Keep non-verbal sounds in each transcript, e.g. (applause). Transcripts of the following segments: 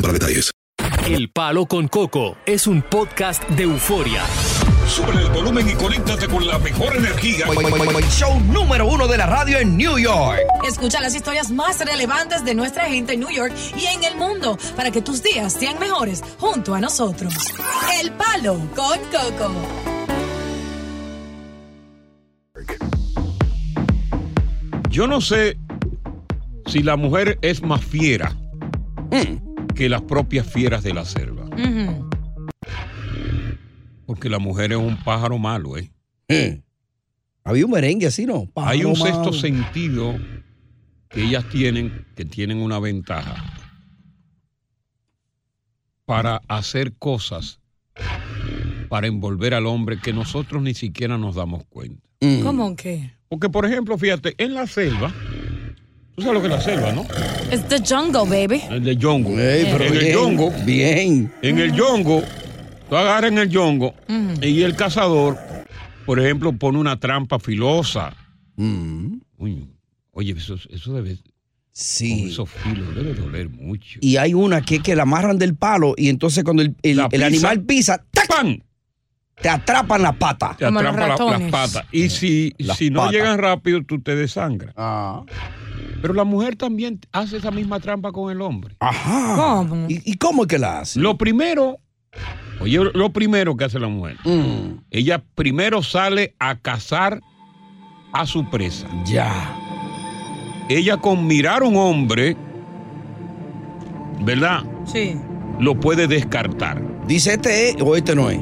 para detalles. El Palo con Coco es un podcast de euforia. Sube el volumen y conéctate con la mejor energía. Show número uno de la radio en New York. Escucha las historias más relevantes de nuestra gente en New York y en el mundo para que tus días sean mejores junto a nosotros. El Palo con Coco. Yo no sé si la mujer es más fiera Mm. que las propias fieras de la selva. Ujú. Porque la mujer es un pájaro malo, ¿eh? Había un merengue así, ¿no? Pájaro Hay un malo. sexto sentido que ellas tienen, que tienen una ventaja para hacer cosas, para envolver al hombre que nosotros ni siquiera nos damos cuenta. Mm. ¿Cómo que? Porque, por ejemplo, fíjate, en la selva, tú sabes lo que es la selva, ¿no? It's the jungle, baby. El de Yongo. Ey, pero en el bien, Yongo, Bien. en el Yongo, tú agarras en el Yongo y el cazador, por ejemplo, pone una trampa filosa. Mm. Uy, oye, eso, eso debe, con Sí. esos filos debe doler mucho. Y hay una que es que la amarran del palo y entonces cuando el, el- La el pisa. animal pisa, ¡tac! ¡Pam! te atrapan la pata. Te Como los atrapa la- las ratones. patas. Y si, Las si no patas. Ah. llegas rápido, tú te desangras. Pero la mujer también hace esa misma trampa con el hombre. Ajá. ¿Cómo? ¿Y, y cómo es que la hace? Lo primero, oye, lo primero que hace la mujer, Mm, ella primero sale a cazar a su presa. Ya. Ella con mirar a un hombre, ¿verdad? Sí. Lo puede descartar. Dice este es o este no es.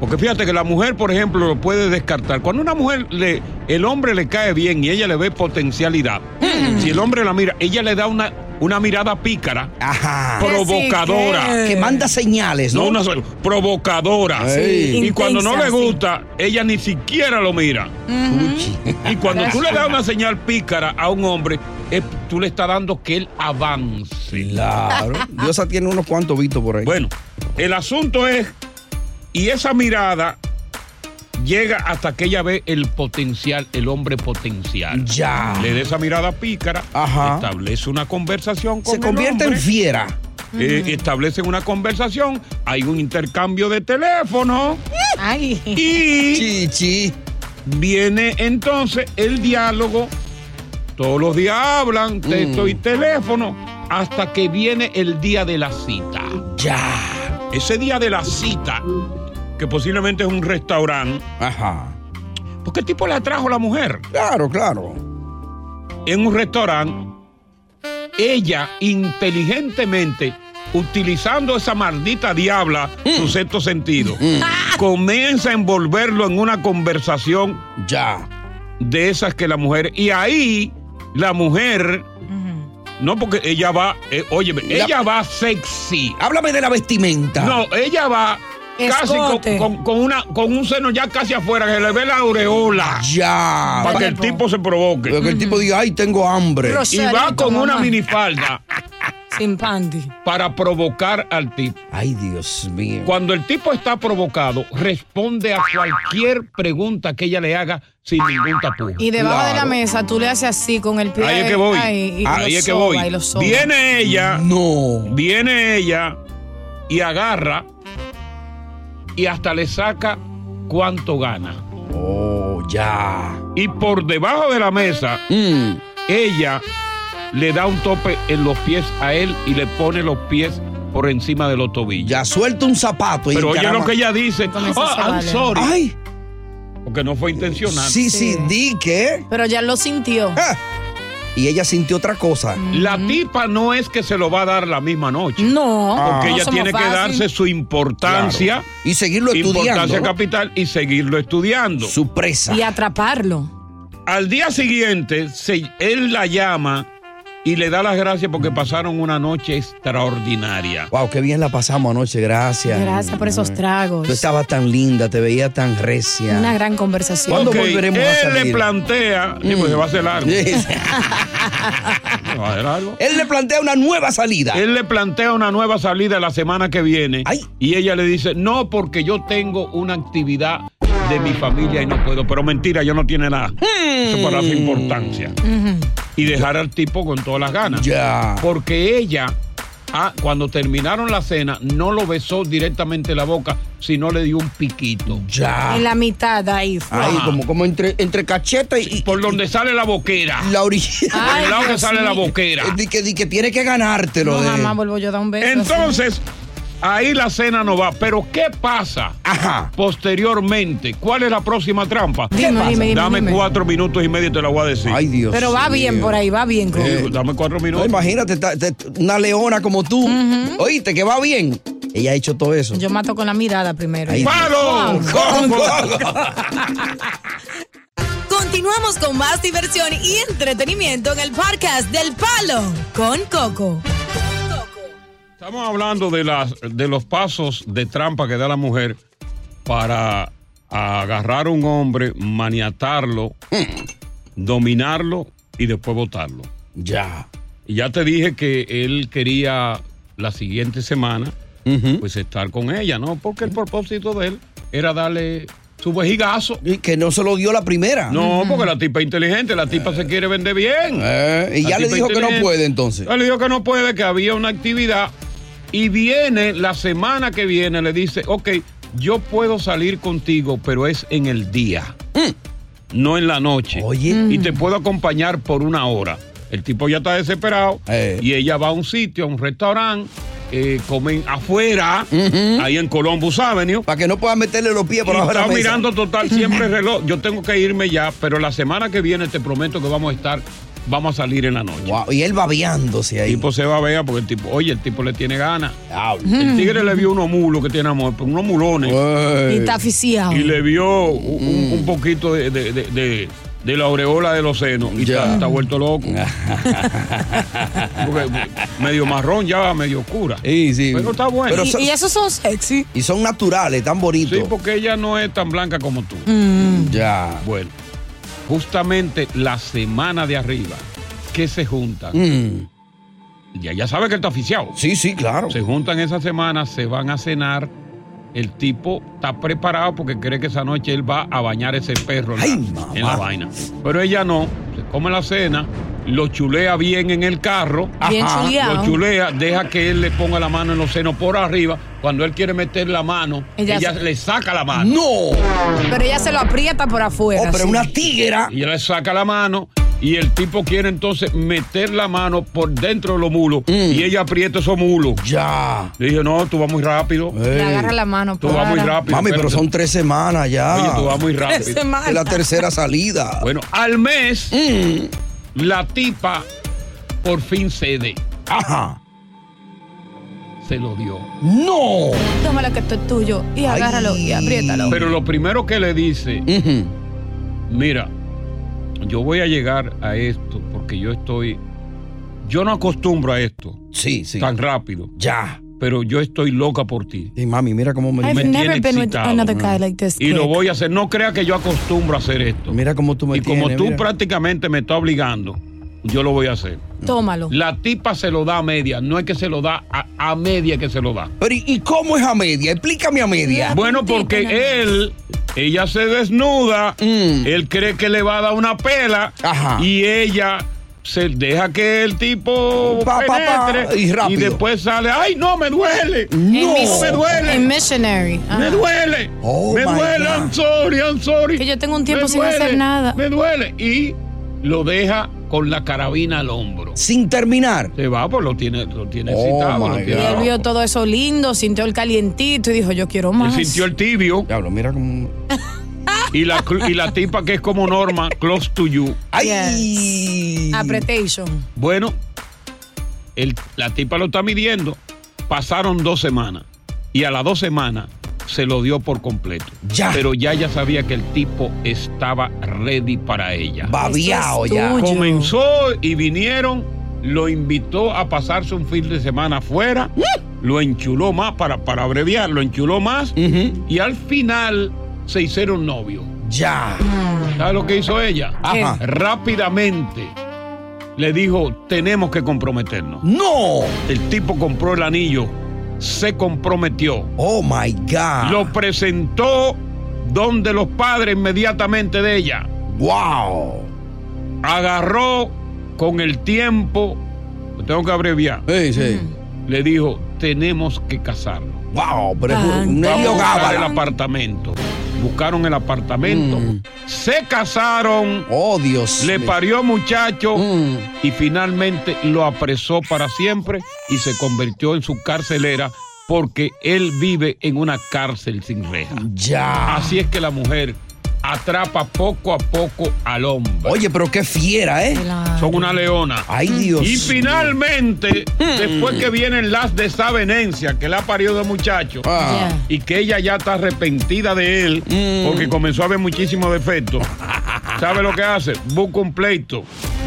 Porque fíjate que la mujer, por ejemplo, lo puede descartar. Cuando una mujer, le, el hombre le cae bien y ella le ve potencialidad, Mm. si el hombre la mira, ella le da una, una mirada pícara, Ajá. Por- provocadora. que- Que manda señales, No ¿no? una sola, provocadora. Sí, y cuando no intensa, le sí. gusta, ella ni siquiera lo mira. Uchi. Y cuando tú le (laughs) das una señal pícara a un hombre, es- tú le estás dando que él avance. Claro. Diosa tiene unos cuantos vistos por ahí. Bueno, el asunto es, y esa mirada llega hasta que ella ve el potencial, el hombre potencial. Ya. Le da esa mirada pícara, Ajá. establece una conversación con Se convierte en fiera. fiel. establecen una conversación, hay un intercambio de teléfono Ay. y Chichi. viene entonces el diálogo. Todos los días hablan, Mm. texto y teléfono, hasta que viene el día de la cita. Ya. Ese día de la cita, que posiblemente es un restaurante, Ajá. porque el tipo la trajo la mujer. Claro, claro. En un restaurante, ella inteligentemente, utilizando esa maldita diabla, Mm. su sexto sentido, (laughs) comienza a envolverlo en una conversación Ya. de esas que la mujer. Y ahí, la mujer, Ujú. no porque ella va, eh, óyeme, La- ella va sexy. Háblame de la vestimenta. No, ella va casi con, Escote. con- con una, con un seno ya casi afuera, que se le ve la aureola. Ya. Para que el tipo se provoque. Pero que el tipo diga, ay, tengo hambre. Ros- Y va Sarito, con una (laughs) mamá. minifalda. Sin panty. para provocar al tipo. Ay, Dios mío. Cuando el tipo está provocado, responde a cualquier pregunta que ella le haga sin ningún tapujos. Y debajo de la mesa tú le haces así con el pie. Ahí es que voy. Ah, Ahí, y Ahí lo es que soba, voy. y lo soba. Viene ella. No. Viene ella y agarra y hasta le saca cuánto gana. Oh, ya. Mm. Y por debajo de la mesa, ella le da un tope en los pies a él y le pone los pies por encima de los tobillos. Ya suelta un zapato. y Pero oye encarama- lo que ella dice. Comenzó a "Ah, I'm valer". sorry. Ay. Porque no fue intencional. Sí, sí, di que. Ah. Pero ya lo sintió. Mm. Y ella sintió otra cosa. La tipa no es que se lo va a dar la misma noche. No. Porque no ella somos tiene que fácil. darse su importancia. Ah. Y seguirlo Importancia estudiando. capital y seguirlo estudiando. Su presa. Y atraparlo. Al día siguiente, se- él la llama y le da las gracias porque pasaron una noche extraordinaria. Wow, qué bien la pasamos anoche, gracias. Gracias por esos tragos. Tú estabas tan linda, te veía tan recia. Una gran conversación. ¿Cuándo Ok, volveremos él a le (laughs) salir? plantea. Sí, Mm. pues se va a hacer largo. Se va a hacer largo. Él le plantea una nueva salida. Él le plantea una nueva salida la semana que viene y ella le dice, no, porque yo tengo una actividad de mi familia y no puedo. Pero mentira, yo no tiene nada. Hmm. Eso para su importancia. Y dejar al tipo con todas las ganas. Ya. Porque ella, ah, cuando terminaron la cena, no lo besó directamente en la boca, sino le dio un piquito. Ya. En la mitad ahí. fue. Ah. Ahí, como, como entre, entre cacheta y, Por donde sale la boquera. y la orilla. Eh, Por el lado que Dios sale la mío. boquera. Di que, di que tiene que ganártelo. No, de- jamás vuelvo yo a dar un beso. Entonces, ahí la cena no va. Pero ¿qué pasa? Ajá. posteriormente. ¿Cuál es la próxima trampa? Dime, ¿Qué pasa? dime, dime, Dame dime. cuatro minutos y medio y te la voy a decir. Ay, Dios. Pero va bien por ahí, va bien. Coco. Eh, Dame cuatro No, minutos. imagínate, ta- te- una leona como tú. Oíste, que va bien. Ella ha hecho todo eso. Yo mato con la mirada primero. Ahí. ¡Palo! Con- Coco. Continuamos con más diversión y entretenimiento en el podcast del Palo con Coco. Estamos hablando de, las, de los pasos de trampa que da la mujer para agarrar a un hombre, maniatarlo, Hmm. dominarlo y después botarlo. Ya. Y ya te dije que él quería la siguiente semana pues estar con ella, ¿no? Porque el propósito de él era darle su vejigazo. Y que no se lo dio la primera. No, porque la tipa es inteligente, la tipa se quiere vender bien. Eh, y La ya le tipa dijo que no inteligente. puede entonces. Ya le dijo que no puede, que había una actividad. Y viene, la semana que viene, le dice, ok, yo puedo salir contigo, pero es en el día, no en la noche. Mm. Oye. Mm. Y te puedo acompañar por una hora. El tipo ya está desesperado Eh. y ella va a un sitio, a un restaurante, eh, comen afuera, ahí en Columbus Avenue. Para que no pueda meterle los pies por Y abajo de la está mesa. mirando total siempre el reloj. Yo tengo que irme ya, pero la semana que viene te prometo que vamos a estar, vamos a salir en la noche. Wow, y él babeándose El ahí. tipo se va a ver porque el tipo, oye, el tipo le tiene ganas. Diablo. El tigre le vio unos mulos que tiene amor, unos mulones. Y está asfixiado. Y le vio un, un- Mm. un poquito de, de- de- de- de la aureola de los senos. Y Ya. está, está (laughs) vuelto loco. Porque medio marrón ya, medio oscura. Sí, sí. Pero está bueno. Pero Y, son- y esos son sexy. y son naturales, tan bonitos. sí, porque ella no es tan blanca como tú. Ya. Mm. Bueno, justamente la semana de arriba que se juntan, Mm. ya, ya sabe que él está oficiado. Sí, sí, claro. Se juntan esa semana, se van a cenar. El tipo está preparado porque cree que esa noche él va a bañar ese perro en la- Ay, en, la, mamá. vaina. Pero ella no, se come la cena, lo chulea bien en el carro. Bien chuleado. Lo chulea, deja que él le ponga la mano en los senos por arriba. Cuando él quiere meter la mano, ella, Ella le saca la mano. No. Oh, Pero ella se lo aprieta por afuera. Oh, pero sí. una tigra. Y le saca la mano y el tipo quiere entonces meter la mano por dentro de los mulos y ella aprieta esos mulos. Mm. Ya. Le dije, no, tú vas muy rápido. Le Ey. agarra la mano. Tú vas muy para. rápido. Mami, pero espérate. son tres semanas ya. Oye, tú vas muy Ese rápido. mal. Es la tercera Mm. salida. Bueno, al mes, la tipa por fin cede. Ajá. Se lo dio. No. Toma lo que esto es tuyo y agárralo y apriétalo. Pero lo primero que le dice, mira, yo voy a llegar a esto porque yo estoy. Yo no acostumbro a esto Sí, sí. tan rápido, Ya. pero yo estoy loca por ti. Y mami, mira cómo me. I've me never tiene been with excitado, another ¿no? guy like this. Y lo quick. voy a hacer. No crea que yo acostumbro a hacer esto. Mira cómo tú me y como tienes, tú mira. prácticamente me estás obligando, yo lo voy a hacer. Tómalo. La tipa se lo da a media, no es que se lo da a, a media que se lo da. Pero ¿y cómo es a media? Explícame a media. Bueno, porque él, ella se desnuda, Mm. él cree que le va a dar una pela y ella se deja que el tipo Pa, pa, pa, penetre, y rápido. después sale, ay, no, me duele, no, me duele. En missionary. Me Ajá. Oh duele, Oh me my duele, I'm sorry, I'm sorry. Que yo tengo un tiempo Me sin duele, hacer nada. Me duele. Y lo deja con la carabina al hombro. Sin terminar. Se va, pues lo tiene, lo tiene Oh, citado. lo my Y tiene- él vio todo eso lindo, sintió el calientito y dijo, yo quiero Él más. sintió el tibio. Diablo, mira como. Y la, cl- y la tipa que es como Norma, close to you. Yes. Apretation. Bueno, el- la tipa lo está midiendo. Pasaron dos semanas. Y a las dos semanas se lo dio por completo. Ya. Pero ya ella sabía que el tipo estaba ready para ella. Babiao Eso es ya. tuyo. Comenzó y vinieron. Lo invitó a pasarse un fin de semana afuera. Mm. Lo enchuló más, para, para abreviar, lo enchuló más. Y al final se hicieron novios. Ya. ¿Sabes lo que hizo ella? Ajá. Rápidamente le dijo, tenemos que comprometernos. ¡No! El tipo compró el anillo, se comprometió. ¡Oh, my God! Lo presentó donde los padres inmediatamente de ella. ¡Wow! Agarró con el tiempo, lo tengo que abreviar. Le dijo, tenemos que casarnos. ¡Wow! Pero es Vamos un a medio buscar el gábala. apartamento. Buscaron el apartamento. Mm. Se casaron. Oh, Dios. Le mío. Mm. parió muchacho y finalmente lo apresó para siempre y se convirtió en su carcelera porque él vive en una cárcel sin reja. Ya. Así es que la mujer atrapa poco a poco al hombre. Oye, pero qué fiera, ¿eh? Son una leona. Ay, Dios. Y finalmente, Mm. después que vienen las desavenencias que la parió de muchacho Ah. Mm. y que ella ya está arrepentida de él porque comenzó a ver muchísimos defectos, ¿sabe lo que hace? Busca un pleito.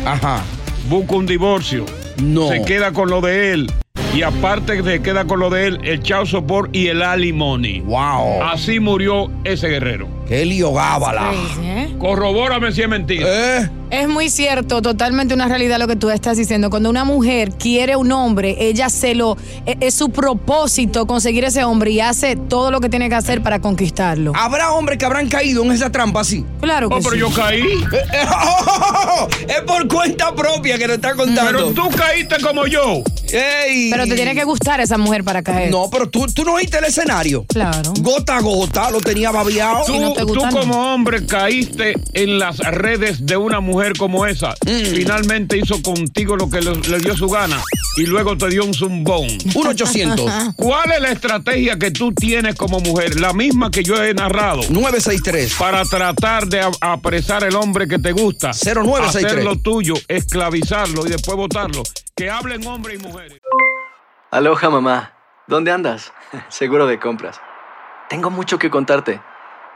Ajá. Busca un divorcio. No. Se queda con lo de él. Y aparte de queda con lo de él, el chao sopor y el alimony. Wow. Así murió ese guerrero. ¡Qué lío gábala! Crazy, ¿eh? Corrobórame si es mentira. ¿Eh? Es muy cierto, totalmente una realidad lo que tú estás diciendo. Cuando una mujer quiere un hombre, ella se lo. e- Es su propósito conseguir ese hombre y hace todo lo que tiene que hacer para conquistarlo. Habrá hombres que habrán caído en esa trampa así. Claro que Oh, pero sí. yo caí. Eh, eh, oh, oh, oh, (laughs) es por cuenta propia que lo está contando. Pero tú caíste como yo. Ey. Pero te tiene que gustar esa mujer para caer. No, pero tú, tú no oíste el escenario. Claro. Gota a gota, lo tenía babiado. Tú, tú como hombre caíste en las redes de una mujer como esa. Finalmente hizo contigo lo que le, le dio su gana y luego te dio un zumbón. 1-800. (laughs) ¿Cuál es la estrategia que tú tienes como mujer? La misma que yo he narrado. 963. Para tratar de a- apresar el hombre que te gusta. 0963. Hacer lo tuyo, esclavizarlo y después votarlo. Que hablen hombres y mujeres. Aloha mamá, ¿dónde andas? (laughs) Seguro de compras. Tengo mucho que contarte.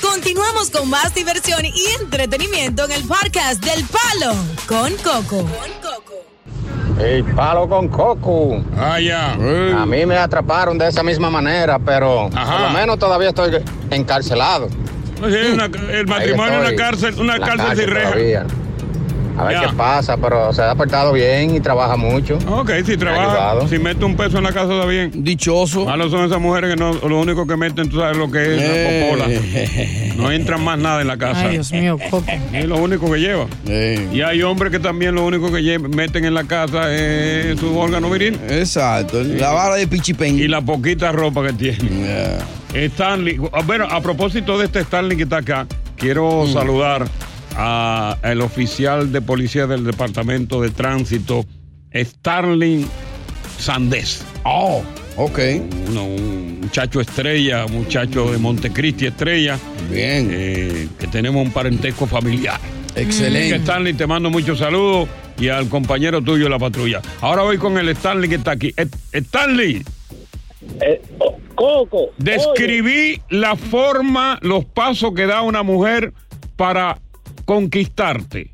Continuamos con más diversión y entretenimiento en el podcast del Palo con Coco. El palo con coco. Ah, ya. A mí me atraparon de esa misma manera, pero por lo menos todavía estoy encarcelado. Oye, una- el matrimonio es una estoy. cárcel, una La cárcel sin reja. todavía. A ver qué pasa, pero se ha portado bien y trabaja mucho. Ok, si trabaja, si mete un peso en la casa está bien. Dichoso. Malos son esas mujeres que no, lo único que meten, tú sabes lo que es Eh. la popola. No entra más nada en la casa. Ay, Dios mío, eh, Coco. Es lo único que lleva. Y hay hombres que también lo único que lle- meten en la casa es su órgano viril. Exacto, la vara de pichipén. Y la poquita ropa que tiene. Stanley, ah, bueno, a propósito de este Stanley que está acá, quiero Mm. saludar a- al oficial de policía del Departamento de Tránsito, Stanley Sandés. Oh, ok. un muchacho estrella, un muchacho de Montecristi estrella. Eh, Bien. que tenemos un parentesco familiar. Excelente. Así que, Stanley, te mando muchos saludos y al compañero tuyo de la patrulla. Ahora voy con el Stanley que está aquí. Est- Stanley. Coco. Describí la forma, los pasos que da una mujer para conquistarte,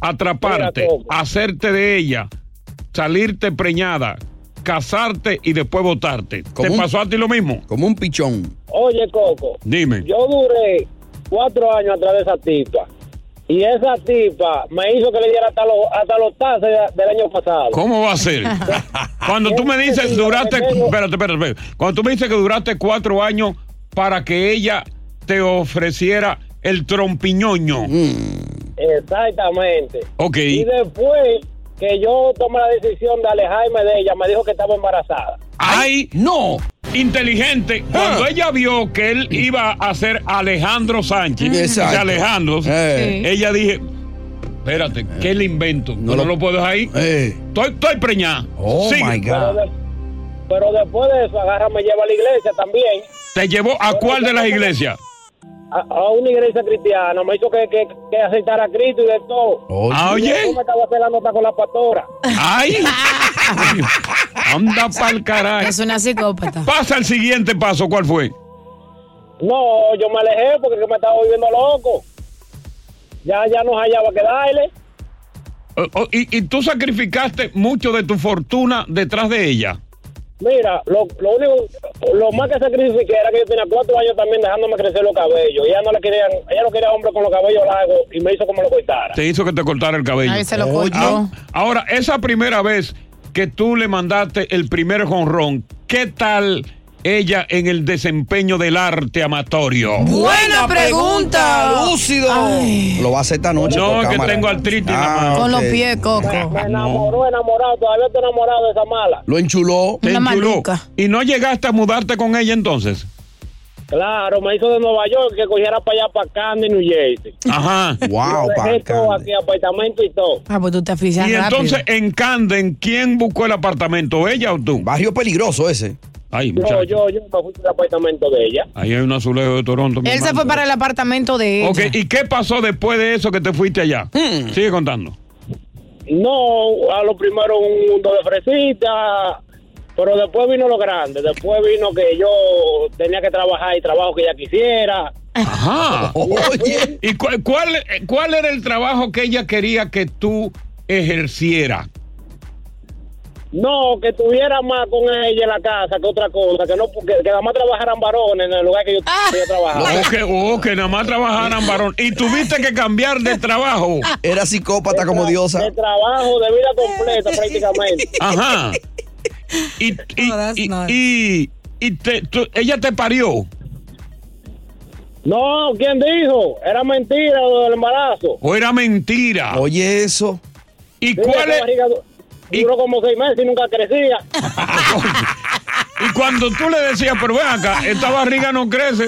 atraparte, hacerte de ella, salirte preñada, casarte y después votarte. ¿Te un- pasó a ti lo mismo? Como un pichón. Oye, Coco. Dime. Yo duré cuatro años atrás de esa tipa. Y esa tipa me hizo que le diera hasta los, hasta los tases de- del año pasado. ¿Cómo va a (laughs) ser? Cuando tú me dices duraste, espérate, espérate, espérate. Cuando tú me dices que duraste cuatro años para que ella te ofreciera el trompiñoño. Mm. Exactamente. Ok. Y después que yo tomé la decisión de alejarme de ella, me dijo que estaba embarazada. ¡Ay! ¡No! Inteligente. Cuando ella vio que él iba a ser Alejandro Sánchez, Exacto. de Alejandro, Eh. Sí. ella dije, espérate, ¿qué le invento? No, lo, puedo dejar ahí. Estoy, estoy preñada. Oh, Sigue. my Pero, de- pero después de eso, agarra, me lleva a la iglesia también. ¿Te llevó a cuál de las iglesias? a, a una iglesia cristiana, me hizo que, que, que aceptara a Cristo y de todo. Oye. Ah, Y oye. después me estaba haciendo la nota con la pastora. ¡Ay! (laughs) Anda pa'l carajo. Es una psicópata. Pasa el siguiente paso, ¿cuál fue? No, yo me alejé porque me estaba volviendo loco. Ya, ya no hallaba que darle. O- o- Oh, y, y tú sacrificaste mucho de tu fortuna detrás de ella. Mira, lo, lo único, lo más que sacrifiqué era que yo tenía cuatro años también dejándome crecer los cabellos. Ella no le querían, ella no quería hombre con los cabellos largos y me hizo como lo cortara. Te hizo que te cortara el cabello. Ay, se lo cortó. Ah, Ahora, esa primera vez que tú le mandaste el primer jonrón, ¿qué tal ella en el desempeño del arte amatorio? Buena pregunta. Lúcido. Ah, Lo va a hacer esta noche. No, por es que cámara. tengo artritis en la Ah, mano. ok. Con los pies, Coco. Me enamoró, enamorado, todavía estoy enamorado de esa mala. Lo enchuló. Te Una enchuló. maluca. ¿Y no llegaste a mudarte con ella entonces? Claro, me hizo de Nueva York que cogiera para allá, para Candy, New Jersey. (laughs) Ajá. Wow, Yo dejé pa' todo aquí, apartamento y todo. Ah, pues tú te Y asfixias rápido. entonces en Camden, ¿quién buscó el apartamento? ¿Ella o tú? Barrio peligroso ese. Ay, Yo, muchacho. yo, yo me fui al apartamento de ella. Ahí hay un azulejo de Toronto. mi Él se hermano. fue para el apartamento de ella. Ok, ¿y qué pasó después de eso que te fuiste allá? Sigue contando. No, a lo primero un mundo de fresita, pero después vino lo grande. Después vino que yo tenía que trabajar y trabajo que ella quisiera. (laughs) Ajá. Oye. ¿Y cu- cuál, eh, cuál era el trabajo que ella quería que tú ejerciera? No, que tuviera más con ella en la casa que otra cosa, que no que, que nada más trabajaran varones en el lugar que yo, Ah. que yo trabajaba. O que, o que nada más trabajaran varón. Y tuviste que cambiar de trabajo. Era psicópata como diosa. De trabajo, de vida completa prácticamente. Ajá. Y, y- y- y- y te- tú- ella te parió. No, ¿quién dijo? Era mentira lo del embarazo. ¿O Pues era mentira? Oye, eso. ¿Y Dice cuál que es- la barriga du- Duró como seis meses y nunca crecía. Y cuando tú le decías, pero ven acá, esta barriga no crece.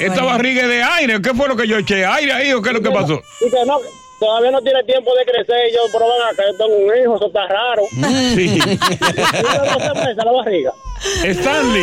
Esta barriga es de aire. ¿Qué fue lo que yo eché? ¿Aire ahí o qué es lo que pasó? Dice, no, todavía no tiene tiempo de crecer. Y yo, pero ven acá, yo tengo un hijo, eso está raro. (laughs) (laughs) Sí. Duró dos meses la barriga. Stanley,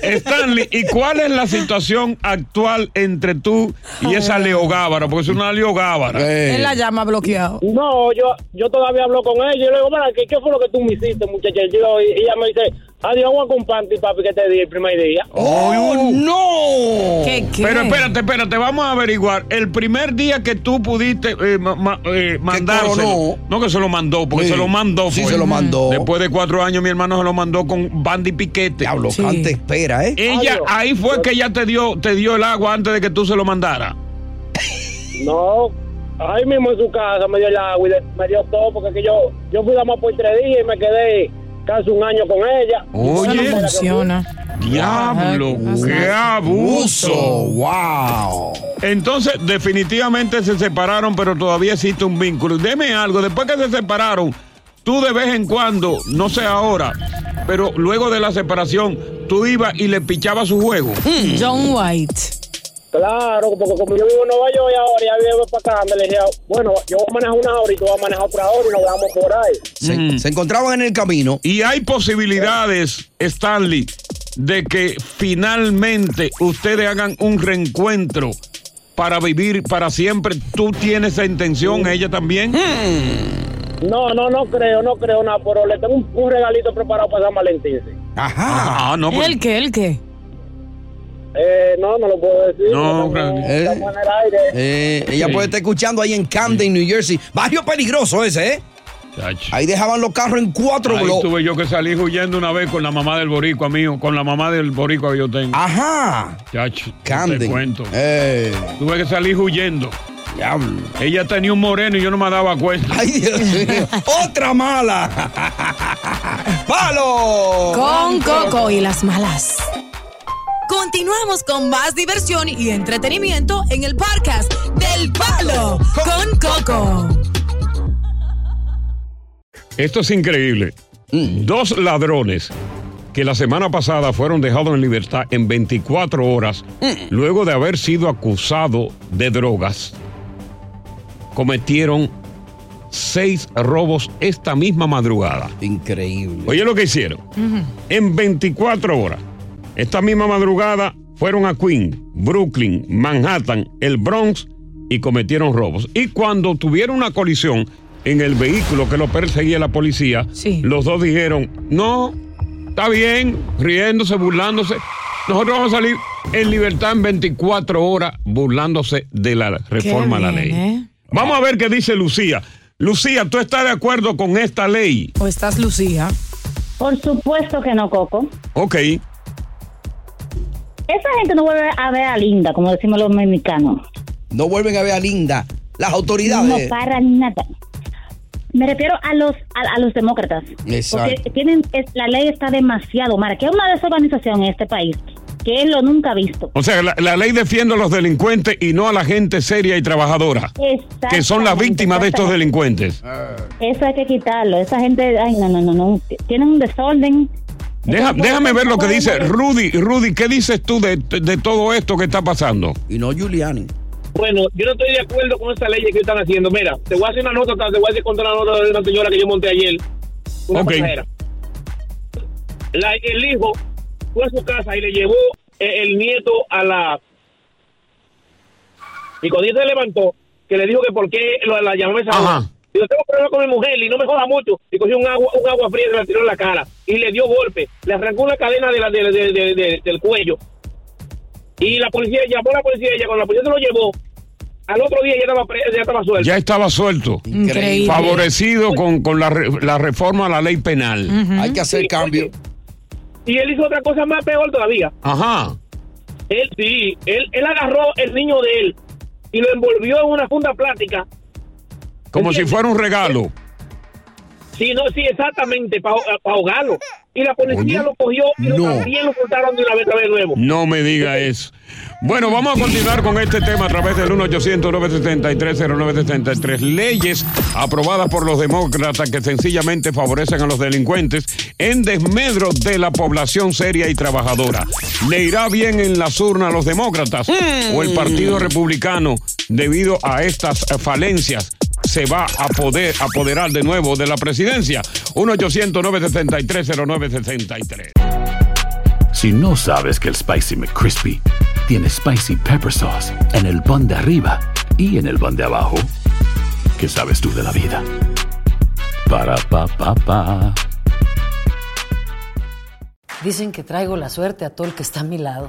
Stanley, ¿y cuál es la situación actual entre tú y esa leogábara? Porque es una leogábara. Eh. Él la llama bloqueado. No, yo, yo todavía hablo con ella. Yo le digo, mira, ¿qué, qué fue lo que tú me hiciste, muchacha? Y Yo, y ella me dice, adiós, agua con panty, papi, que te di el primer día. ¡Oh, no! ¿Qué, qué? Pero espérate, espérate, vamos a averiguar. El primer día que tú pudiste eh, ma- ma- eh, mandárselo- No que se lo mandó, porque Sí. se lo mandó. Sí, fue. se lo mandó. Después de cuatro años, mi hermano se lo mandó con Bandy Piquete. Diablo, Sí. antes espera, ¿eh? Ella, ahí fue que ella te dio, te dio el agua antes de que tú se lo mandara. No, ahí mismo en su casa me dio el agua y de- me dio todo porque que yo, yo fui nada más por tres días y me quedé casi un año con ella. Oh. Oye. funciona. Diablo, qué abuso. Wow. Entonces, definitivamente se separaron, pero todavía existe un vínculo. Deme algo, después que se separaron, tú de vez en cuando, no sé ahora, pero luego de la separación, tú ibas y le pichabas su juego. John White. Claro, porque como yo vivo en Nueva York y ahora ya vivo para acá, me le dije, bueno, yo voy a manejar una hora y tú vas a manejar otra hora y nos vamos por ahí. Se, se encontraban en el camino. Mm. Y hay posibilidades, Stanley, de que finalmente ustedes hagan un reencuentro para vivir para siempre. ¿Tú tienes esa Mm. intención, ella también? No, no, no creo, no creo nada, pero le tengo un, un regalito preparado para San Valentín. sí. Ajá. no, pues- ¿El qué? ¿El qué? Eh, no, no lo puedo decir. No, Estamos en el aire. Eh, ella Sí. puede estar escuchando ahí en Camden, New Jersey. Barrio peligroso ese, ¿eh? Ahí dejaban los carros en cuatro Ahí bloques. tuve yo que salir huyendo una vez con la mamá del boricua mío, con la mamá del boricua que yo tengo. Ajá. Eh. Chacho, Camden. te cuento. Tuve que salir huyendo. Diablo. Ella tenía un moreno y yo no me daba cuenta. Ay, Dios (laughs) mío. Otra mala. ¡Palo! Con Coco y las malas. Continuamos con más diversión y entretenimiento en el podcast del Palo con Coco. Esto es increíble. Dos ladrones que la semana pasada fueron dejados en libertad en 24 horas luego de haber sido acusados de drogas cometieron seis robos esta misma madrugada. Increíble. Oye lo que hicieron. En 24 horas, esta misma madrugada, fueron a Queens, Brooklyn, Manhattan, el Bronx y cometieron robos. Y cuando tuvieron una colisión en el vehículo que lo perseguía la policía, los dos dijeron, no, está bien, riéndose, burlándose. Nosotros vamos a salir en libertad en 24 horas burlándose de la reforma a la bien, ley. Vamos a ver qué dice Lucía. Lucía, ¿tú estás de acuerdo con esta ley? ¿O estás Lucía? Por supuesto que no, Coco. Ok. Esa gente no vuelve a ver a Linda, como decimos los mexicanos. No vuelven a ver a Linda. Las autoridades. No para nada. Me refiero a los a, a los demócratas. Exacto. Porque tienen, es- la ley está demasiado mala. Que es una desorganización en este país, que es lo nunca visto. O sea, la, la ley defiende a los delincuentes y no a la gente seria y trabajadora, que son las víctimas de estos delincuentes. Eso hay que quitarlo. Esa gente, ay, no, no, no, no. Tienen un desorden. Deja- déjame ver lo que dice Rudy. Rudy, ¿qué dices tú de, de todo esto que está pasando? Y no Giuliani. Bueno, yo no estoy de acuerdo con estas leyes que están haciendo. Mira, te voy a hacer una nota, te voy a hacer contra una nota de una señora que yo monté ayer. Una Ok. pasajera. La- el hijo fue a su casa y le llevó eh, el nieto a la... Y cuando ella se levantó, que le dijo que por qué lo, la llamó a esa hora. Digo, tengo problemas con mi mujer y no me joda mucho. Y cogió un agua, un agua fría y se la tiró en la cara. Y le dio golpe. Le arrancó una cadena de la, de- de- de- de- del cuello. Y la policía llamó a la policía. Ella, cuando la policía se lo llevó, al otro día ya estaba, pre- ya estaba suelto. Ya estaba suelto. Increíble. Favorecido con, con la, re- la reforma a la ley penal. Hay que hacer cambio. Y él hizo otra cosa más peor todavía. Ajá. Él sí, él, él agarró el niño de él y lo envolvió en una funda plástica. Como si fuera un regalo. Sí, no, sí, exactamente, para eh, ahogarlo. Y la policía Oye, lo cogió y lo no. también lo soltaron de una vez, otra vez de nuevo. No me diga eso. Bueno, vamos a continuar con este tema a través del 1 800 973 0973 Leyes aprobadas por los demócratas que sencillamente favorecen a los delincuentes en desmedro de la población seria y trabajadora. ¿Le irá bien en las urnas a los demócratas o el Partido Republicano, debido a estas eh, falencias, se va a poder apoderar de nuevo de la presidencia? 1 800 973 0973 Si no sabes que el Spicy McCrispy tiene spicy pepper sauce en el pan de arriba y en el pan de abajo, ¿qué sabes tú de la vida? Para pa pa pa. Dicen que traigo la suerte a todo el que está a mi lado.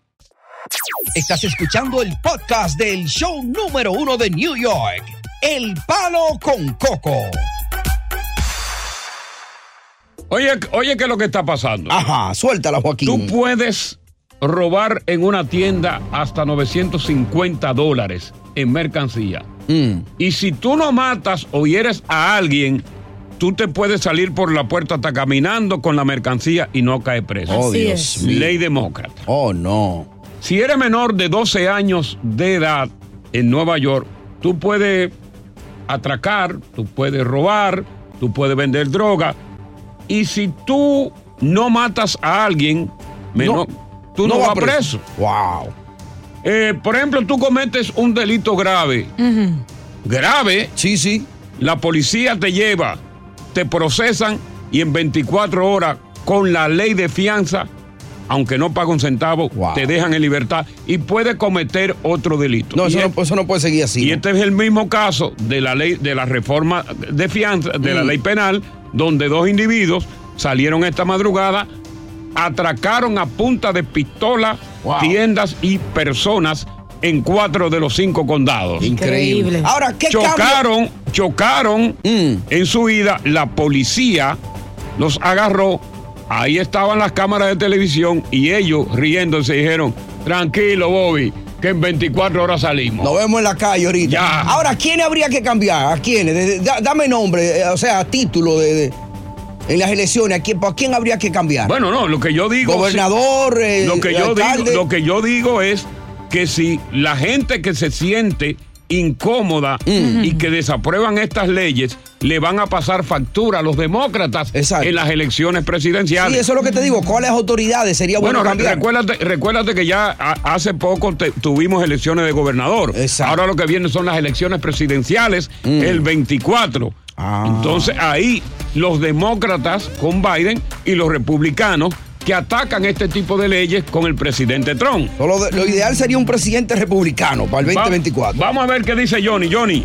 Estás escuchando el podcast del show número uno de New York, El Palo con Coco. Oye, oye, ¿qué es lo que está pasando? Ajá, suéltala, Joaquín. Tú puedes robar en una tienda hasta 950 dólares en mercancía. Mm. Y si tú no matas o hieres a alguien, tú te puedes salir por la puerta hasta caminando con la mercancía y no cae preso. Oh, Así Dios es. mío. Ley demócrata. Oh, no. Si eres menor de 12 años de edad en Nueva York, tú puedes atracar, tú puedes robar, tú puedes vender droga. Y si tú no matas a alguien, menor, tú no, vas preso. Eh, Wow. por ejemplo, tú cometes un delito grave. grave. Sí, sí. La policía te lleva, te procesan y en 24 horas con la ley de fianza, aunque no paga un centavo, te dejan en libertad y puedes cometer otro delito. No, Y eso es- no, eso no puede seguir así. y este es el mismo caso de la ley de la reforma de fianza, de Mm. la ley penal, donde dos individuos salieron esta madrugada, atracaron a punta de pistola tiendas y personas en cuatro de los cinco condados. Increíble. Ahora, ¿qué Mm. chocaron, chocaron en su ida, la policía los agarró. Ahí estaban las cámaras de televisión y ellos riéndose dijeron, tranquilo Bobby, que en 24 horas salimos. Nos vemos en la calle ahorita. Oh. Ya. Ahora, ¿a quiénes habría que cambiar? ¿A quiénes? De- de- da- dame nombre, eh, o sea, título de, de- en las elecciones. ¿A quién, ¿A quién habría que cambiar? Bueno, no, lo que yo digo. Gobernador, sí, eh, lo que yo alcalde. digo, lo que yo digo es que si la gente que se siente incómoda Mm. y que desaprueban estas leyes le van a pasar factura a los demócratas en las elecciones presidenciales. Sí, eso es lo que te digo. ¿Cuáles autoridades sería bueno, Bueno, re- cambiar? recuérdate, recuérdate que ya ha- hace poco te- tuvimos elecciones de gobernador. Ahora lo que viene son las elecciones presidenciales Mm. el 24. Ah. Entonces ahí los demócratas con Biden y los republicanos que atacan este tipo de leyes con el presidente Trump. Lo, de- lo ideal sería un presidente republicano para el 2024. vamos a ver qué dice Johnny. Johnny.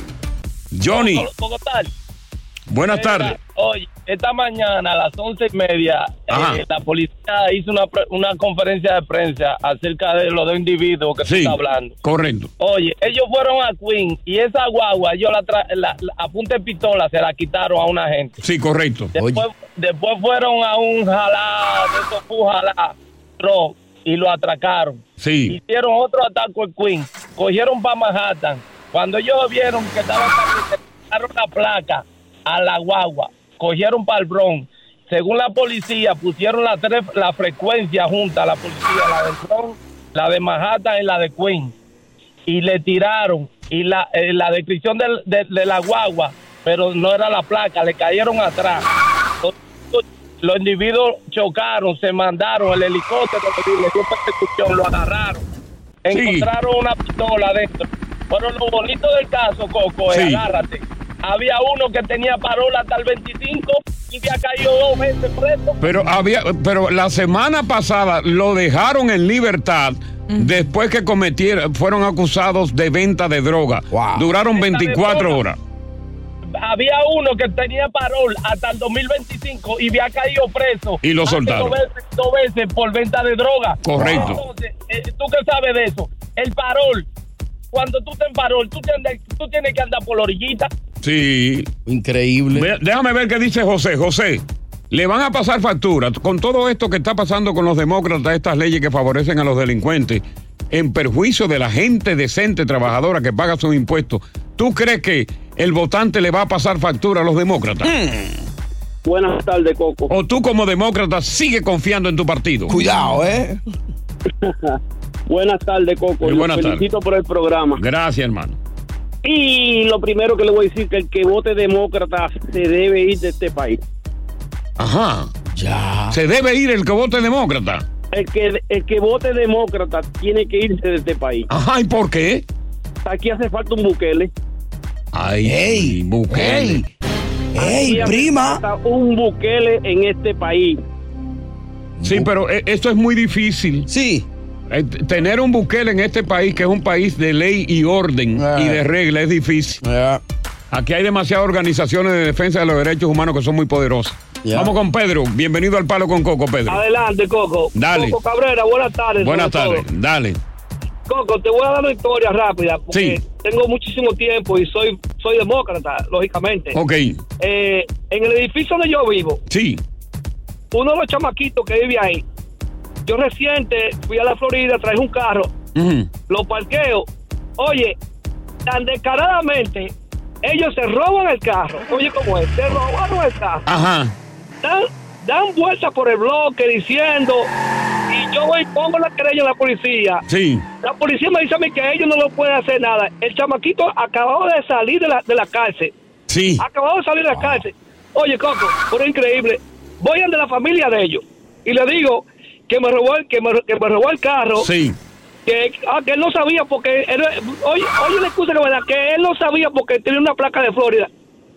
Mm. Johnny, ¿Cómo estás? buenas tardes. Oye, esta mañana a las once y media, Ajá. eh, la policía hizo una, pre- una conferencia de prensa acerca de los dos individuos que tú Sí, estás hablando. correcto. Oye, ellos fueron a Queen y esa guagua, yo la, tra- la- la- a punta de pistola se la quitaron a una gente. Sí, correcto. Después, después fueron a un jalá, de esos fu- jalá, tro, y lo atracaron. Sí. Hicieron otro ataque en Queen, cogieron para Manhattan. Cuando ellos vieron que estaban cambiando la placa a la guagua, cogieron para el Bronx. Según la policía, pusieron la, tres, la frecuencia junta, la policía, la del Bronx, la de Manhattan y la de Queen y le tiraron y la, eh, la descripción del- de, de la guagua, pero no era la placa, le cayeron atrás. Los, los individuos chocaron, se mandaron el helicóptero, le dio persecución, lo agarraron. Encontraron una pistola adentro. Pero lo bonito del caso, Coco, es Sí. agárrate. Había uno que tenía parola hasta el 25 y había caído dos veces preso. Pero había, pero la semana pasada lo dejaron en libertad después que cometieron, fueron acusados de venta de droga. Duraron Venta de 24 droga. horas. había uno que tenía parol hasta el 2025 y había caído preso. Y lo Hace soltaron. Dos veces, dos veces por venta de droga. Correcto. Entonces, eh, ¿tú qué sabes de eso? El parol. Cuando tú te en parol, tú, te andas- tú tienes que andar por la orillita. Sí. Increíble. déjame ver qué dice José. José, le van a pasar factura con todo esto que está pasando con los demócratas, estas leyes que favorecen a los delincuentes, en perjuicio de la gente decente, trabajadora que paga sus impuestos. ¿Tú crees que el votante le va a pasar factura a los demócratas? Hmm. Buenas tardes, Coco. O tú como demócrata sigue confiando en tu partido. Cuidado, ¿eh? (laughs) buenas tardes, Coco. Muy Los buenas tardes. Pues felicito por el programa. Gracias, hermano. Y lo primero que le voy a decir que el que vote demócrata se debe ir de este país. Ajá. Ya. Se debe ir el que vote demócrata. Ah. El que, el que vote demócrata tiene que irse de este país. Ajá, ¿y por qué? Aquí hace falta un buquele. Ay, ey, Bukele. Aquí hace falta Un buquele en este país. Sí, pero eh, esto es muy difícil. Eh, Sí. tener un Bukele en este país, que es un país de ley y orden y de reglas, es difícil. Aquí hay demasiadas organizaciones de defensa de los derechos humanos que son muy poderosas. Vamos con Pedro. Bienvenido al Palo con Coco, Pedro. Adelante, Coco. Dale. Coco Cabrera, buenas tardes. Buenas sobre tardes. Dale. todo. Coco, te voy a dar una historia rápida. Porque Sí. Tengo muchísimo tiempo y soy, soy demócrata, lógicamente. Ok. Eh, en el edificio donde yo vivo, Sí. uno de los chamaquitos que vive ahí, yo reciente fui a la Florida, traje un carro, lo parqueo. Oye, tan descaradamente, ellos se roban el carro. Oye, ¿cómo es? Se robaron el carro. Ajá. Dan, dan vueltas por el bloque diciendo, y yo voy y pongo la querella en la policía. Sí. La policía me dice a mí que ellos no lo pueden hacer nada. El chamaquito acababa de salir de la, de la cárcel. Sí. Acababa de salir de la cárcel. Oye, Coco, por increíble. Voy ante la familia de ellos y le digo que me robó el, que me, que me robó el carro. Sí. Que, ah, que él no sabía porque... él- oye, oye la excusa que me da, que él no sabía porque tenía una placa de Florida.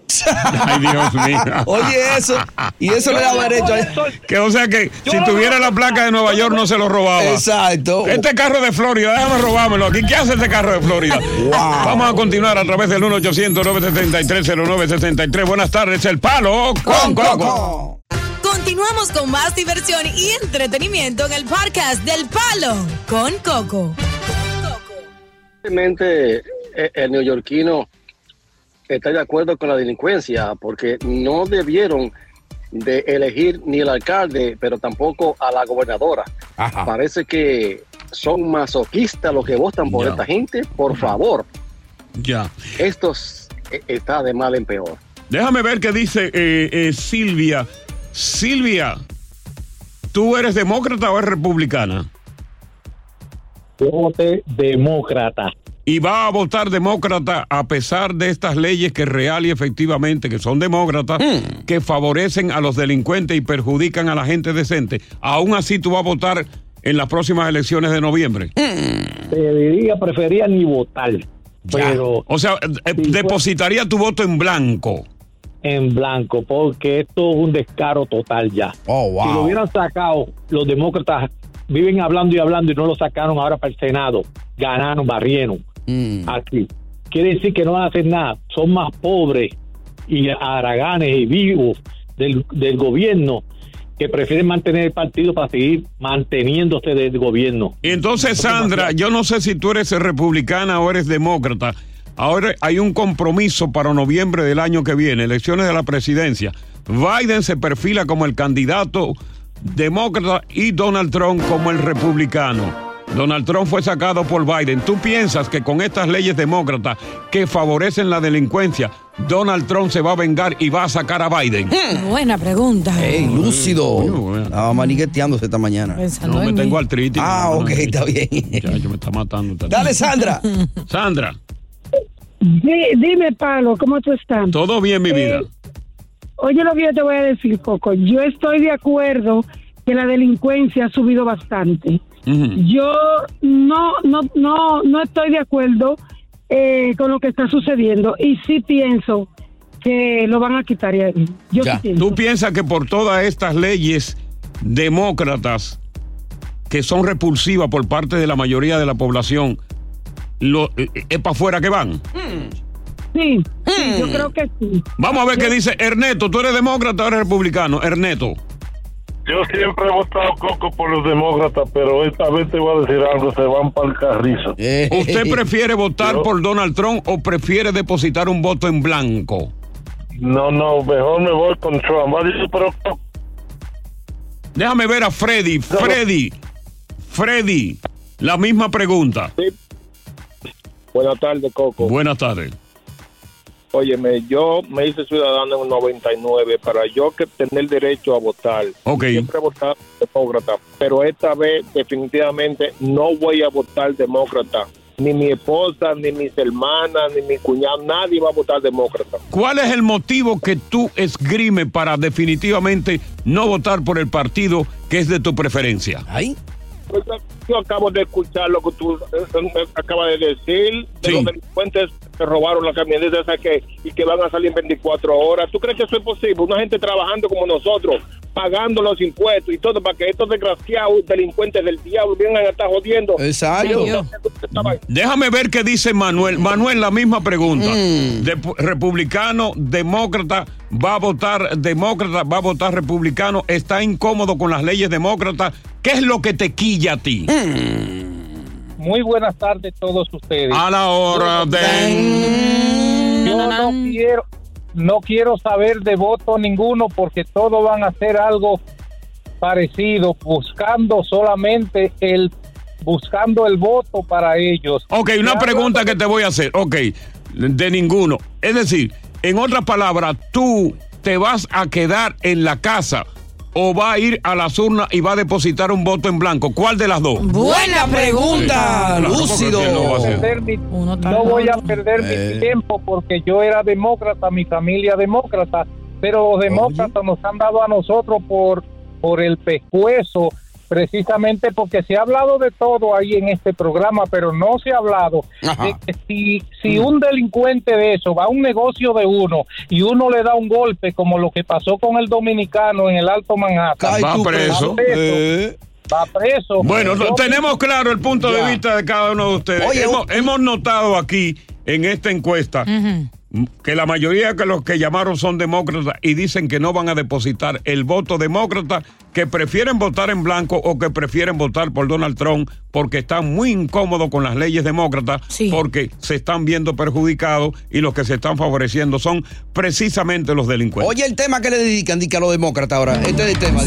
(laughs) Ay, Dios mío. Oye, eso. y eso le daba derecho a- Que, o sea que Yo si no- tuviera la placa de Nueva York no se lo robaba. Exacto. Este carro de Florida, déjame robármelo aquí. ¿Qué hace este carro de Florida? Ah. Vamos a continuar a través del 1 800 973 0963 Buenas tardes, el palo con Coco. Continuamos con más diversión y entretenimiento en el podcast del Palo con Coco. Realmente eh, el neoyorquino está de acuerdo con la delincuencia porque no debieron de elegir ni el alcalde, pero tampoco a la gobernadora. Parece que son masoquistas los que votan por Ya. esta gente. Por favor, Ya. esto s- e- está de mal en peor. Déjame ver qué dice eh, eh, Silvia. Silvia, ¿tú eres demócrata o eres republicana? Yo voté demócrata. Y va a votar demócrata a pesar de estas leyes que real y efectivamente que son demócratas, que favorecen a los delincuentes y perjudican a la gente decente. Aún así tú vas a votar en las próximas elecciones de noviembre. Te diría, prefería ni votar. Pero O sea, eh, depositaría tu voto en blanco. en blanco, porque esto es un descaro total ya. Si lo hubieran sacado, los demócratas viven hablando y hablando y no lo sacaron ahora para el Senado. Ganaron, barrieron. Aquí. Quiere decir que no van a hacer nada. Son más pobres y araganes y vivos del, del gobierno que prefieren mantener el partido para seguir manteniéndose del gobierno. Y entonces, Sandra, yo no sé si tú eres republicana o eres demócrata. Ahora hay un compromiso para noviembre del año que viene, elecciones de la presidencia. Biden se perfila como el candidato demócrata y Donald Trump como el republicano. Donald Trump fue sacado por Biden. ¿Tú piensas que con estas leyes demócratas que favorecen la delincuencia, Donald Trump se va a vengar y va a sacar a Biden? Hmm. Buena pregunta. Ey, lúcido. Estaba maniqueteándose esta mañana. Pensando No, me en tengo mí. artritis. Ah, No, no, ok, no. está bien. Ya, yo me está matando. está- Dale, (laughs) Sandra. Sandra, Di- dime, Pablo, ¿cómo tú estás? Eh, todo bien, mi vida. Oye, lo que yo te voy a decir, Coco. Yo estoy de acuerdo que la delincuencia ha subido bastante. Yo no, no, no, no estoy de acuerdo eh, con lo que está sucediendo y sí pienso que lo van a quitar. ya. Yo sí pienso. ¿Tú piensas que por todas estas leyes demócratas que son repulsivas por parte de la mayoría de la población, lo, eh, eh, es para afuera que van? Sí, sí, yo creo que sí. Vamos a ver qué dice Ernesto. ¿Tú eres demócrata o eres republicano? Ernesto. Yo siempre he votado coco por los demócratas, pero esta vez te voy a decir algo, se van para el carrizo. eh, ¿Usted prefiere votar por Donald Trump o prefiere depositar un voto en blanco? No, no, mejor me voy con Trump. Va, dice, pero Déjame ver a Freddy. Freddy. Freddy. La misma pregunta. Buenas tardes, Coco. Buenas tardes. Óyeme, yo me hice ciudadano en el 99 para yo que tener derecho a votar. Ok. Siempre he votado demócrata, pero esta vez definitivamente no voy a votar demócrata. Ni mi esposa, ni mis hermanas, ni mi cuñado, nadie va a votar demócrata. ¿Cuál es el motivo que tú esgrime para definitivamente no votar por el partido que es de tu preferencia? Pues, yo, yo acabo de escuchar lo que tú eh, eh, acabas de decir, de los delincuentes que robaron la camioneta esa que, y que van a salir en 24 horas. ¿Tú crees que eso es posible? Una gente trabajando como nosotros, pagando los impuestos y todo, para que estos desgraciados delincuentes del diablo vengan a estar jodiendo. Exacto. Déjame ver qué dice Manuel. Manuel, la misma pregunta. Depu- republicano, demócrata, va a votar demócrata, va a votar republicano, está incómodo con las leyes demócratas. ¿Qué es lo que te quilla a ti? Muy buenas tardes a todos ustedes. A la hora de... Yo no quiero, no quiero saber de voto ninguno porque todos van a hacer algo parecido, buscando solamente el buscando el voto para ellos. Ok, una pregunta que te voy a hacer. Ok, de ninguno. Es decir, en otras palabras, tú te vas a quedar en la casa o va a ir a las urnas y va a depositar un voto en blanco. ¿Cuál de las dos? Buena pregunta, Sí, claro, lúcido. porque no va a ser. Eh. perder mi- no voy a perder mi tiempo porque yo era demócrata, mi familia demócrata, pero los demócratas nos han dado a nosotros por, por el pescuezo, precisamente porque se ha hablado de todo ahí en este programa, pero no se ha hablado de que si, si un delincuente de eso va a un negocio de uno y uno le da un golpe, como lo que pasó con el dominicano en el Alto Manhattan, Va preso. Eh. va preso, va preso. Bueno, Yo- lo- tenemos claro el punto Ya. de vista de cada uno de ustedes. Oye, hemos, hemos notado aquí en esta encuesta que la mayoría de los que llamaron son demócratas y dicen que no van a depositar el voto demócrata, que prefieren votar en blanco o que prefieren votar por Donald Trump porque están muy incómodos con las leyes demócratas, porque se están viendo perjudicados y los que se están favoreciendo son precisamente los delincuentes. Oye, el tema que le dedican, dice a los demócratas ahora. Este es el tema.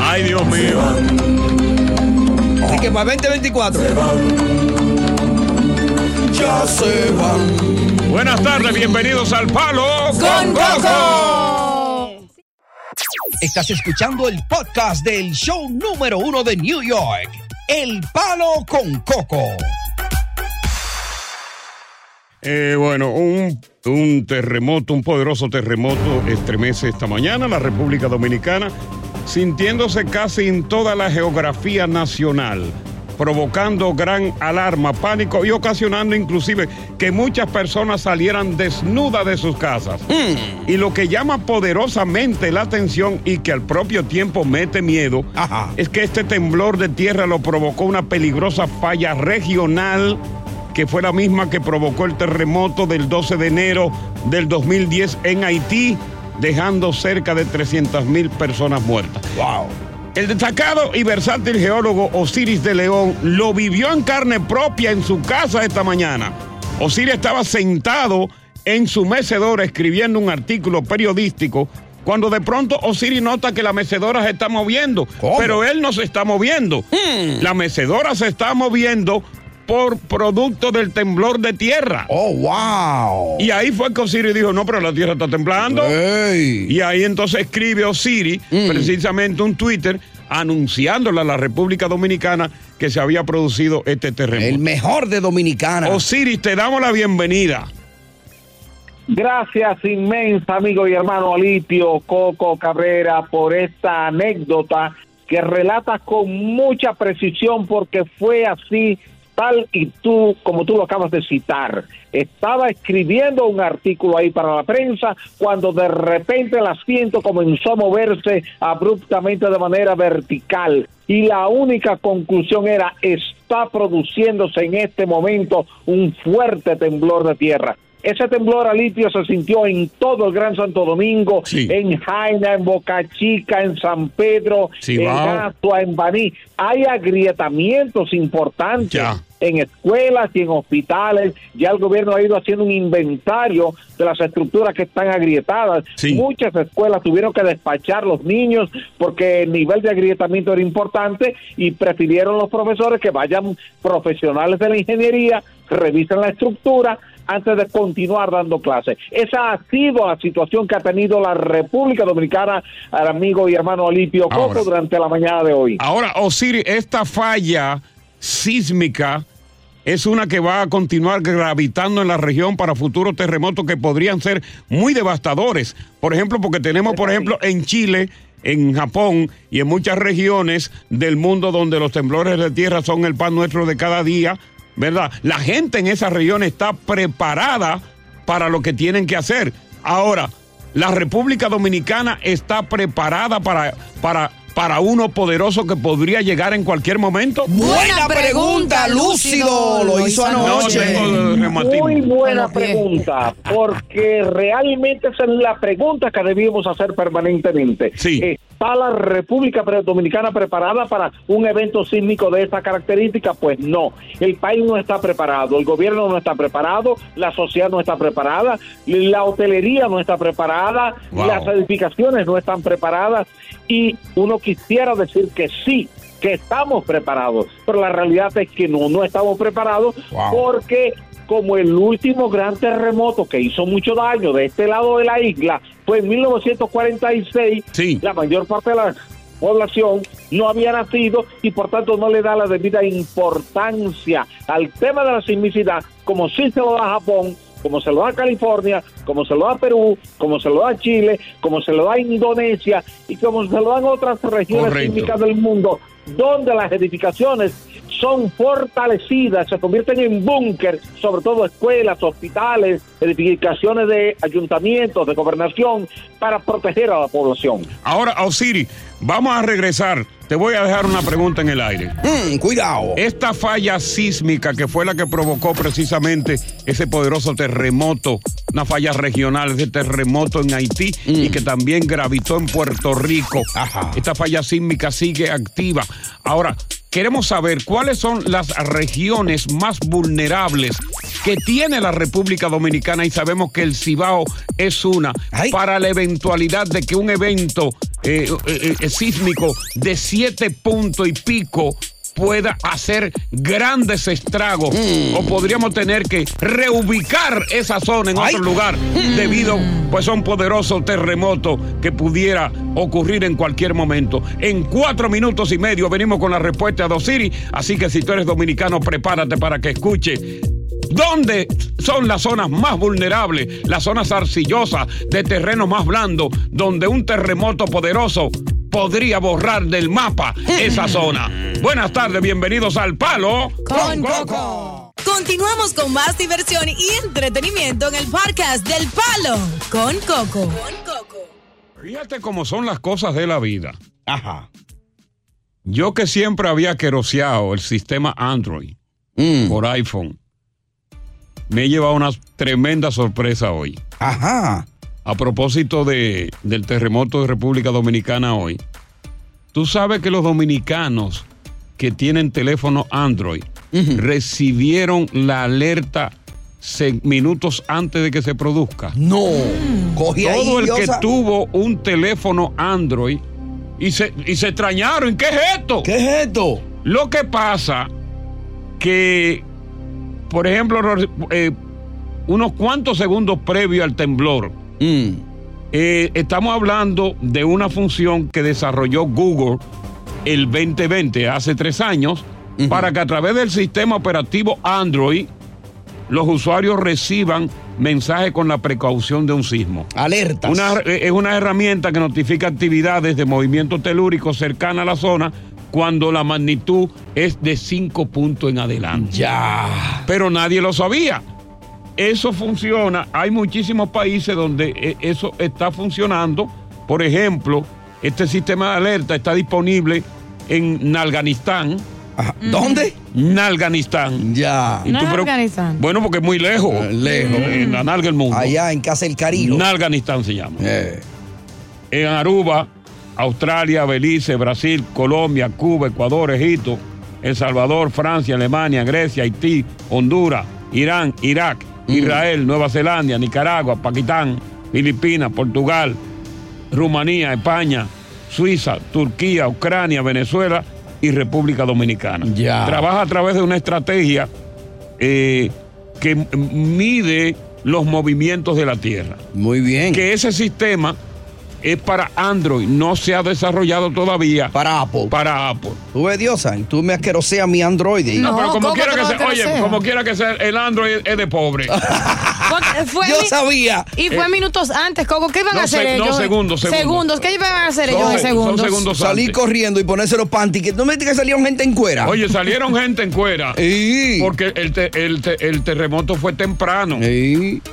Ay, Dios mío. Así que para este 2024. Ya se van. Buenas tardes, bienvenidos al Palo con Coco. Estás escuchando el podcast del show número uno de New York, El Palo con Coco. Eh, bueno, un, un terremoto, un poderoso terremoto estremece esta mañana la República Dominicana, sintiéndose casi en toda la geografía nacional, provocando gran alarma, pánico y ocasionando inclusive que muchas personas salieran desnudas de sus casas. Y lo que llama poderosamente la atención y que al propio tiempo mete miedo es que este temblor de tierra lo provocó una peligrosa falla regional que fue la misma que provocó el terremoto del 12 de enero del 2010 en Haití, dejando cerca de 300 mil personas muertas. ¡Wow! El destacado y versátil geólogo Osiris de León lo vivió en carne propia en su casa esta mañana. Osiris estaba sentado en su mecedora escribiendo un artículo periodístico cuando de pronto Osiris nota que la mecedora se está moviendo, pero él no se está moviendo. La mecedora se está moviendo por producto del temblor de tierra. Oh, wow. Y ahí fue que Osiris dijo, no, pero la tierra está temblando. Y ahí entonces escribe Osiris Mm. precisamente un Twitter anunciándole a la República Dominicana que se había producido este terremoto. El mejor de Dominicana. Osiris, te damos la bienvenida. Gracias inmensa, amigo y hermano Alipio, Coco Cabrera, por esta anécdota que relatas con mucha precisión porque fue así tal y tú, como tú lo acabas de citar. Estaba escribiendo un artículo ahí para la prensa cuando de repente el asiento comenzó a moverse abruptamente de manera vertical y la única conclusión era está produciéndose en este momento un fuerte temblor de tierra. Ese temblor alipio se sintió en todo el Gran Santo Domingo, en Jaina, en Boca Chica, en San Pedro, Sí, en wow. Gatua, en Baní. Hay agrietamientos importantes en escuelas y en hospitales. Ya el gobierno ha ido haciendo un inventario de las estructuras que están agrietadas. Muchas escuelas tuvieron que despachar los niños porque el nivel de agrietamiento era importante y prefirieron los profesores que vayan profesionales de la ingeniería, revisen la estructura antes de continuar dando clases. Esa ha sido la situación que ha tenido la República Dominicana, al amigo y hermano Alipio Ahora. Coco, oh, durante la mañana de hoy. Ahora, Osiris, esta falla sísmica es una que va a continuar gravitando en la región para futuros terremotos que podrían ser muy devastadores. Por ejemplo, porque tenemos, por ejemplo, en Chile, en Japón y en muchas regiones del mundo donde los temblores de tierra son el pan nuestro de cada día, ¿verdad? La gente en esa región está preparada para lo que tienen que hacer. Ahora, la República Dominicana está preparada para, para, para uno poderoso que podría llegar en cualquier momento? Buena pregunta, Lúcido. Lo hizo anoche. Muy buena pregunta, porque realmente esa es la pregunta que debíamos hacer permanentemente. ¿Está la República Dominicana preparada para un evento sísmico de esta característica? Pues no. El país no está preparado, el gobierno no está preparado, la sociedad no está preparada, la hotelería no está preparada, Wow. las edificaciones no están preparadas y uno quisiera decir que sí, que estamos preparados, pero la realidad es que no, no estamos preparados porque como el último gran terremoto que hizo mucho daño de este lado de la isla fue en 1946, la mayor parte de la población no había nacido y por tanto no le da la debida importancia al tema de la sismicidad como sí se lo da Japón, como se lo da California, como se lo da Perú, como se lo da Chile, como se lo da Indonesia y como se lo dan otras regiones Correcto. sísmicas del mundo, donde las edificaciones son fortalecidas, se convierten en búnker, sobre todo escuelas, hospitales, edificaciones de ayuntamientos, de gobernación, para proteger a la población. Ahora, Osiri, vamos a regresar. Te voy a dejar una pregunta en el aire. cuidado. Esta falla sísmica que fue la que provocó precisamente ese poderoso terremoto, una falla regional, ese terremoto en Haití y que también gravitó en Puerto Rico. Esta falla sísmica sigue activa. Ahora, queremos saber cuáles son las regiones más vulnerables que tiene la República Dominicana y sabemos que el Cibao es una para la eventualidad de que un evento eh, eh, eh, sísmico de siete puntos y pico pueda hacer grandes estragos o podríamos tener que reubicar esa zona en otro lugar debido pues a un poderoso terremoto que pudiera ocurrir en cualquier momento. En cuatro minutos y medio venimos con la respuesta de Osiri, así que si tú eres dominicano prepárate para que escuche ¿Dónde son las zonas más vulnerables, las zonas arcillosas, de terreno más blando, donde un terremoto poderoso podría borrar del mapa esa (laughs) zona? Buenas tardes, bienvenidos al Palo con Coco. Continuamos con más diversión y entretenimiento en el podcast del Palo con Coco. Fíjate cómo son las cosas de la vida. Ajá. Yo que siempre había queroseado el sistema Android por iPhone, me he llevado una tremenda sorpresa hoy. Ajá. A propósito de- del terremoto de República Dominicana hoy, tú sabes que los dominicanos que tienen teléfono Android recibieron la alerta se- minutos antes de que se produzca. No, Cogí ahí, todo el que Diosa. tuvo un teléfono Android y se, y se extrañaron. ¿Qué es esto? ¿Qué es esto? Lo que pasa que, por ejemplo, ro- eh, unos cuantos segundos previo al temblor, Mm. eh, estamos hablando de una función que desarrolló Google el 2020, hace tres años, para que a través del sistema operativo Android los usuarios reciban mensajes con la precaución de un sismo. Alertas. es una herramienta que notifica actividades de movimiento telúrico cercana a la zona cuando la magnitud es de 5 puntos en adelante. Ya. Pero nadie lo sabía. Eso funciona. Hay muchísimos países donde eh, eso está funcionando. Por ejemplo, este sistema de alerta está disponible en Afganistán. ¿Dónde? Afganistán. Ya. No es Afganistán. Bueno, porque es muy lejos. lejos. En la nalga del mundo. Ah, Allá en Casa del Carilo. Eh. Afganistán se llama. En Aruba, Australia, Belice, Brasil, Colombia, Cuba, Ecuador, Egipto, El Salvador, Francia, Alemania, Grecia, Haití, Honduras, Irán, Irak, Mm. Israel, Nueva Zelanda, Nicaragua, Pakistán, Filipinas, Portugal, Rumanía, España, Suiza, Turquía, Ucrania, Venezuela y República Dominicana. Trabaja a través de una estrategia eh, que m- mide los movimientos de la Tierra. Muy bien. Que ese sistema es para Android, no se ha desarrollado todavía. Para Apple. Para Apple. Tú ves, Diosa, tú me asqueroseas mi Android. No, pero como quiera que sea, oye, como quiera que sea, el Android es de pobre. (laughs) Porque fue Yo mi- sabía. Y fue Eh, minutos antes, Coco. ¿Qué iban no, a hacer sec- no, ellos? segundos, segundos. ¿Qué iban a hacer ellos en segundos? Salir corriendo y ponerse los panties. Que no me digas que salieron gente en cuera. Oye, salieron gente en cuera. Porque el, te- el te- el terremoto fue temprano.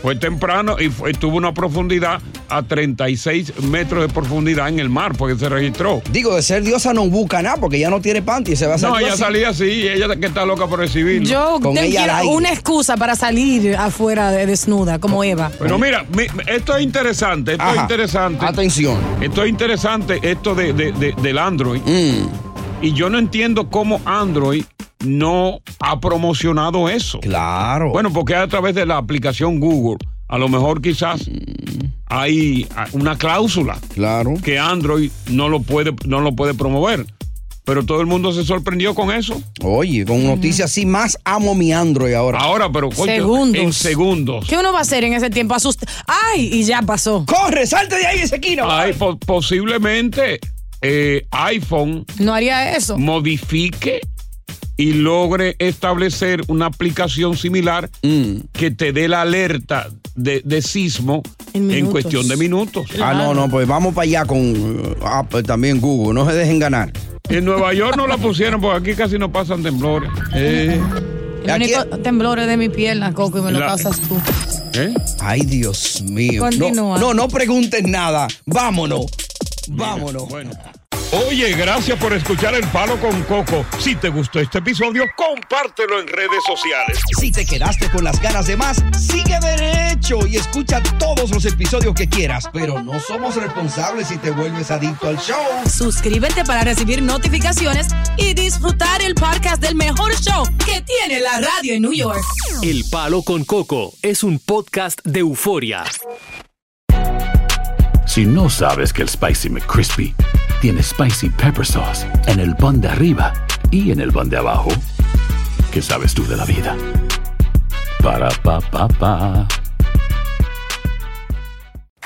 Fue temprano y fue- tuvo una profundidad a 36 metros de profundidad en el mar, porque se registró. Digo, de ser diosa no busca nada porque ya no tiene panties. Se va a hacer No, algo ella así. salía así y ella que está loca por recibirlo. Yo te quiero una excusa para salir afuera de- desnuda, como Eva. Pero mira, mi- esto es interesante, esto es Ajá. interesante. Atención. Esto es interesante, esto de, de- de- del Android. Mm. Y yo no entiendo cómo Android no ha promocionado eso. Claro. Bueno, porque a través de la aplicación Google, a lo mejor quizás hay ah, una cláusula. Mm. Claro. Que Android no lo puede, no lo puede promover. Pero todo el mundo se sorprendió con eso. Oye, con noticias así, más amo mi Android ahora. Ahora, pero coño, Segundos. Ah, en segundos. ¿Qué uno va a hacer en ese tiempo? Asust ¡Ay! Y ya pasó. ¡Corre! ¡Salte de ahí, Ezequino! Ay, po- posiblemente eh, iPhone No haría eso. modifique y logre establecer una aplicación similar Mm. que te dé la alerta de, de sismo en, cuestión de minutos. Ah, no, no, pues vamos para allá con eh, Apple, también Google. No se dejen ganar. En Nueva York no la pusieron porque aquí casi no pasan temblores. Eh, El único temblor es de mi pierna, Coco, y me lo La- causas tú. ¿eh? Ay, Dios mío. Continúa. No, no, no preguntes nada. Vámonos. Vámonos. Oye, gracias por escuchar El Palo con Coco. Si te gustó este episodio, compártelo en redes sociales. Si te quedaste con las ganas de más, sigue derecho y escucha todos los episodios que quieras. Pero no somos responsables si te vuelves adicto al show. Suscríbete para recibir notificaciones y disfrutar el podcast del mejor show que tiene la radio en New York. El Palo con Coco es un podcast de euforia. Si no sabes que el Spicy McCrispy tiene spicy pepper sauce en el pan de arriba y en el pan de abajo, ¿qué sabes tú de la vida? Para pa pa pa.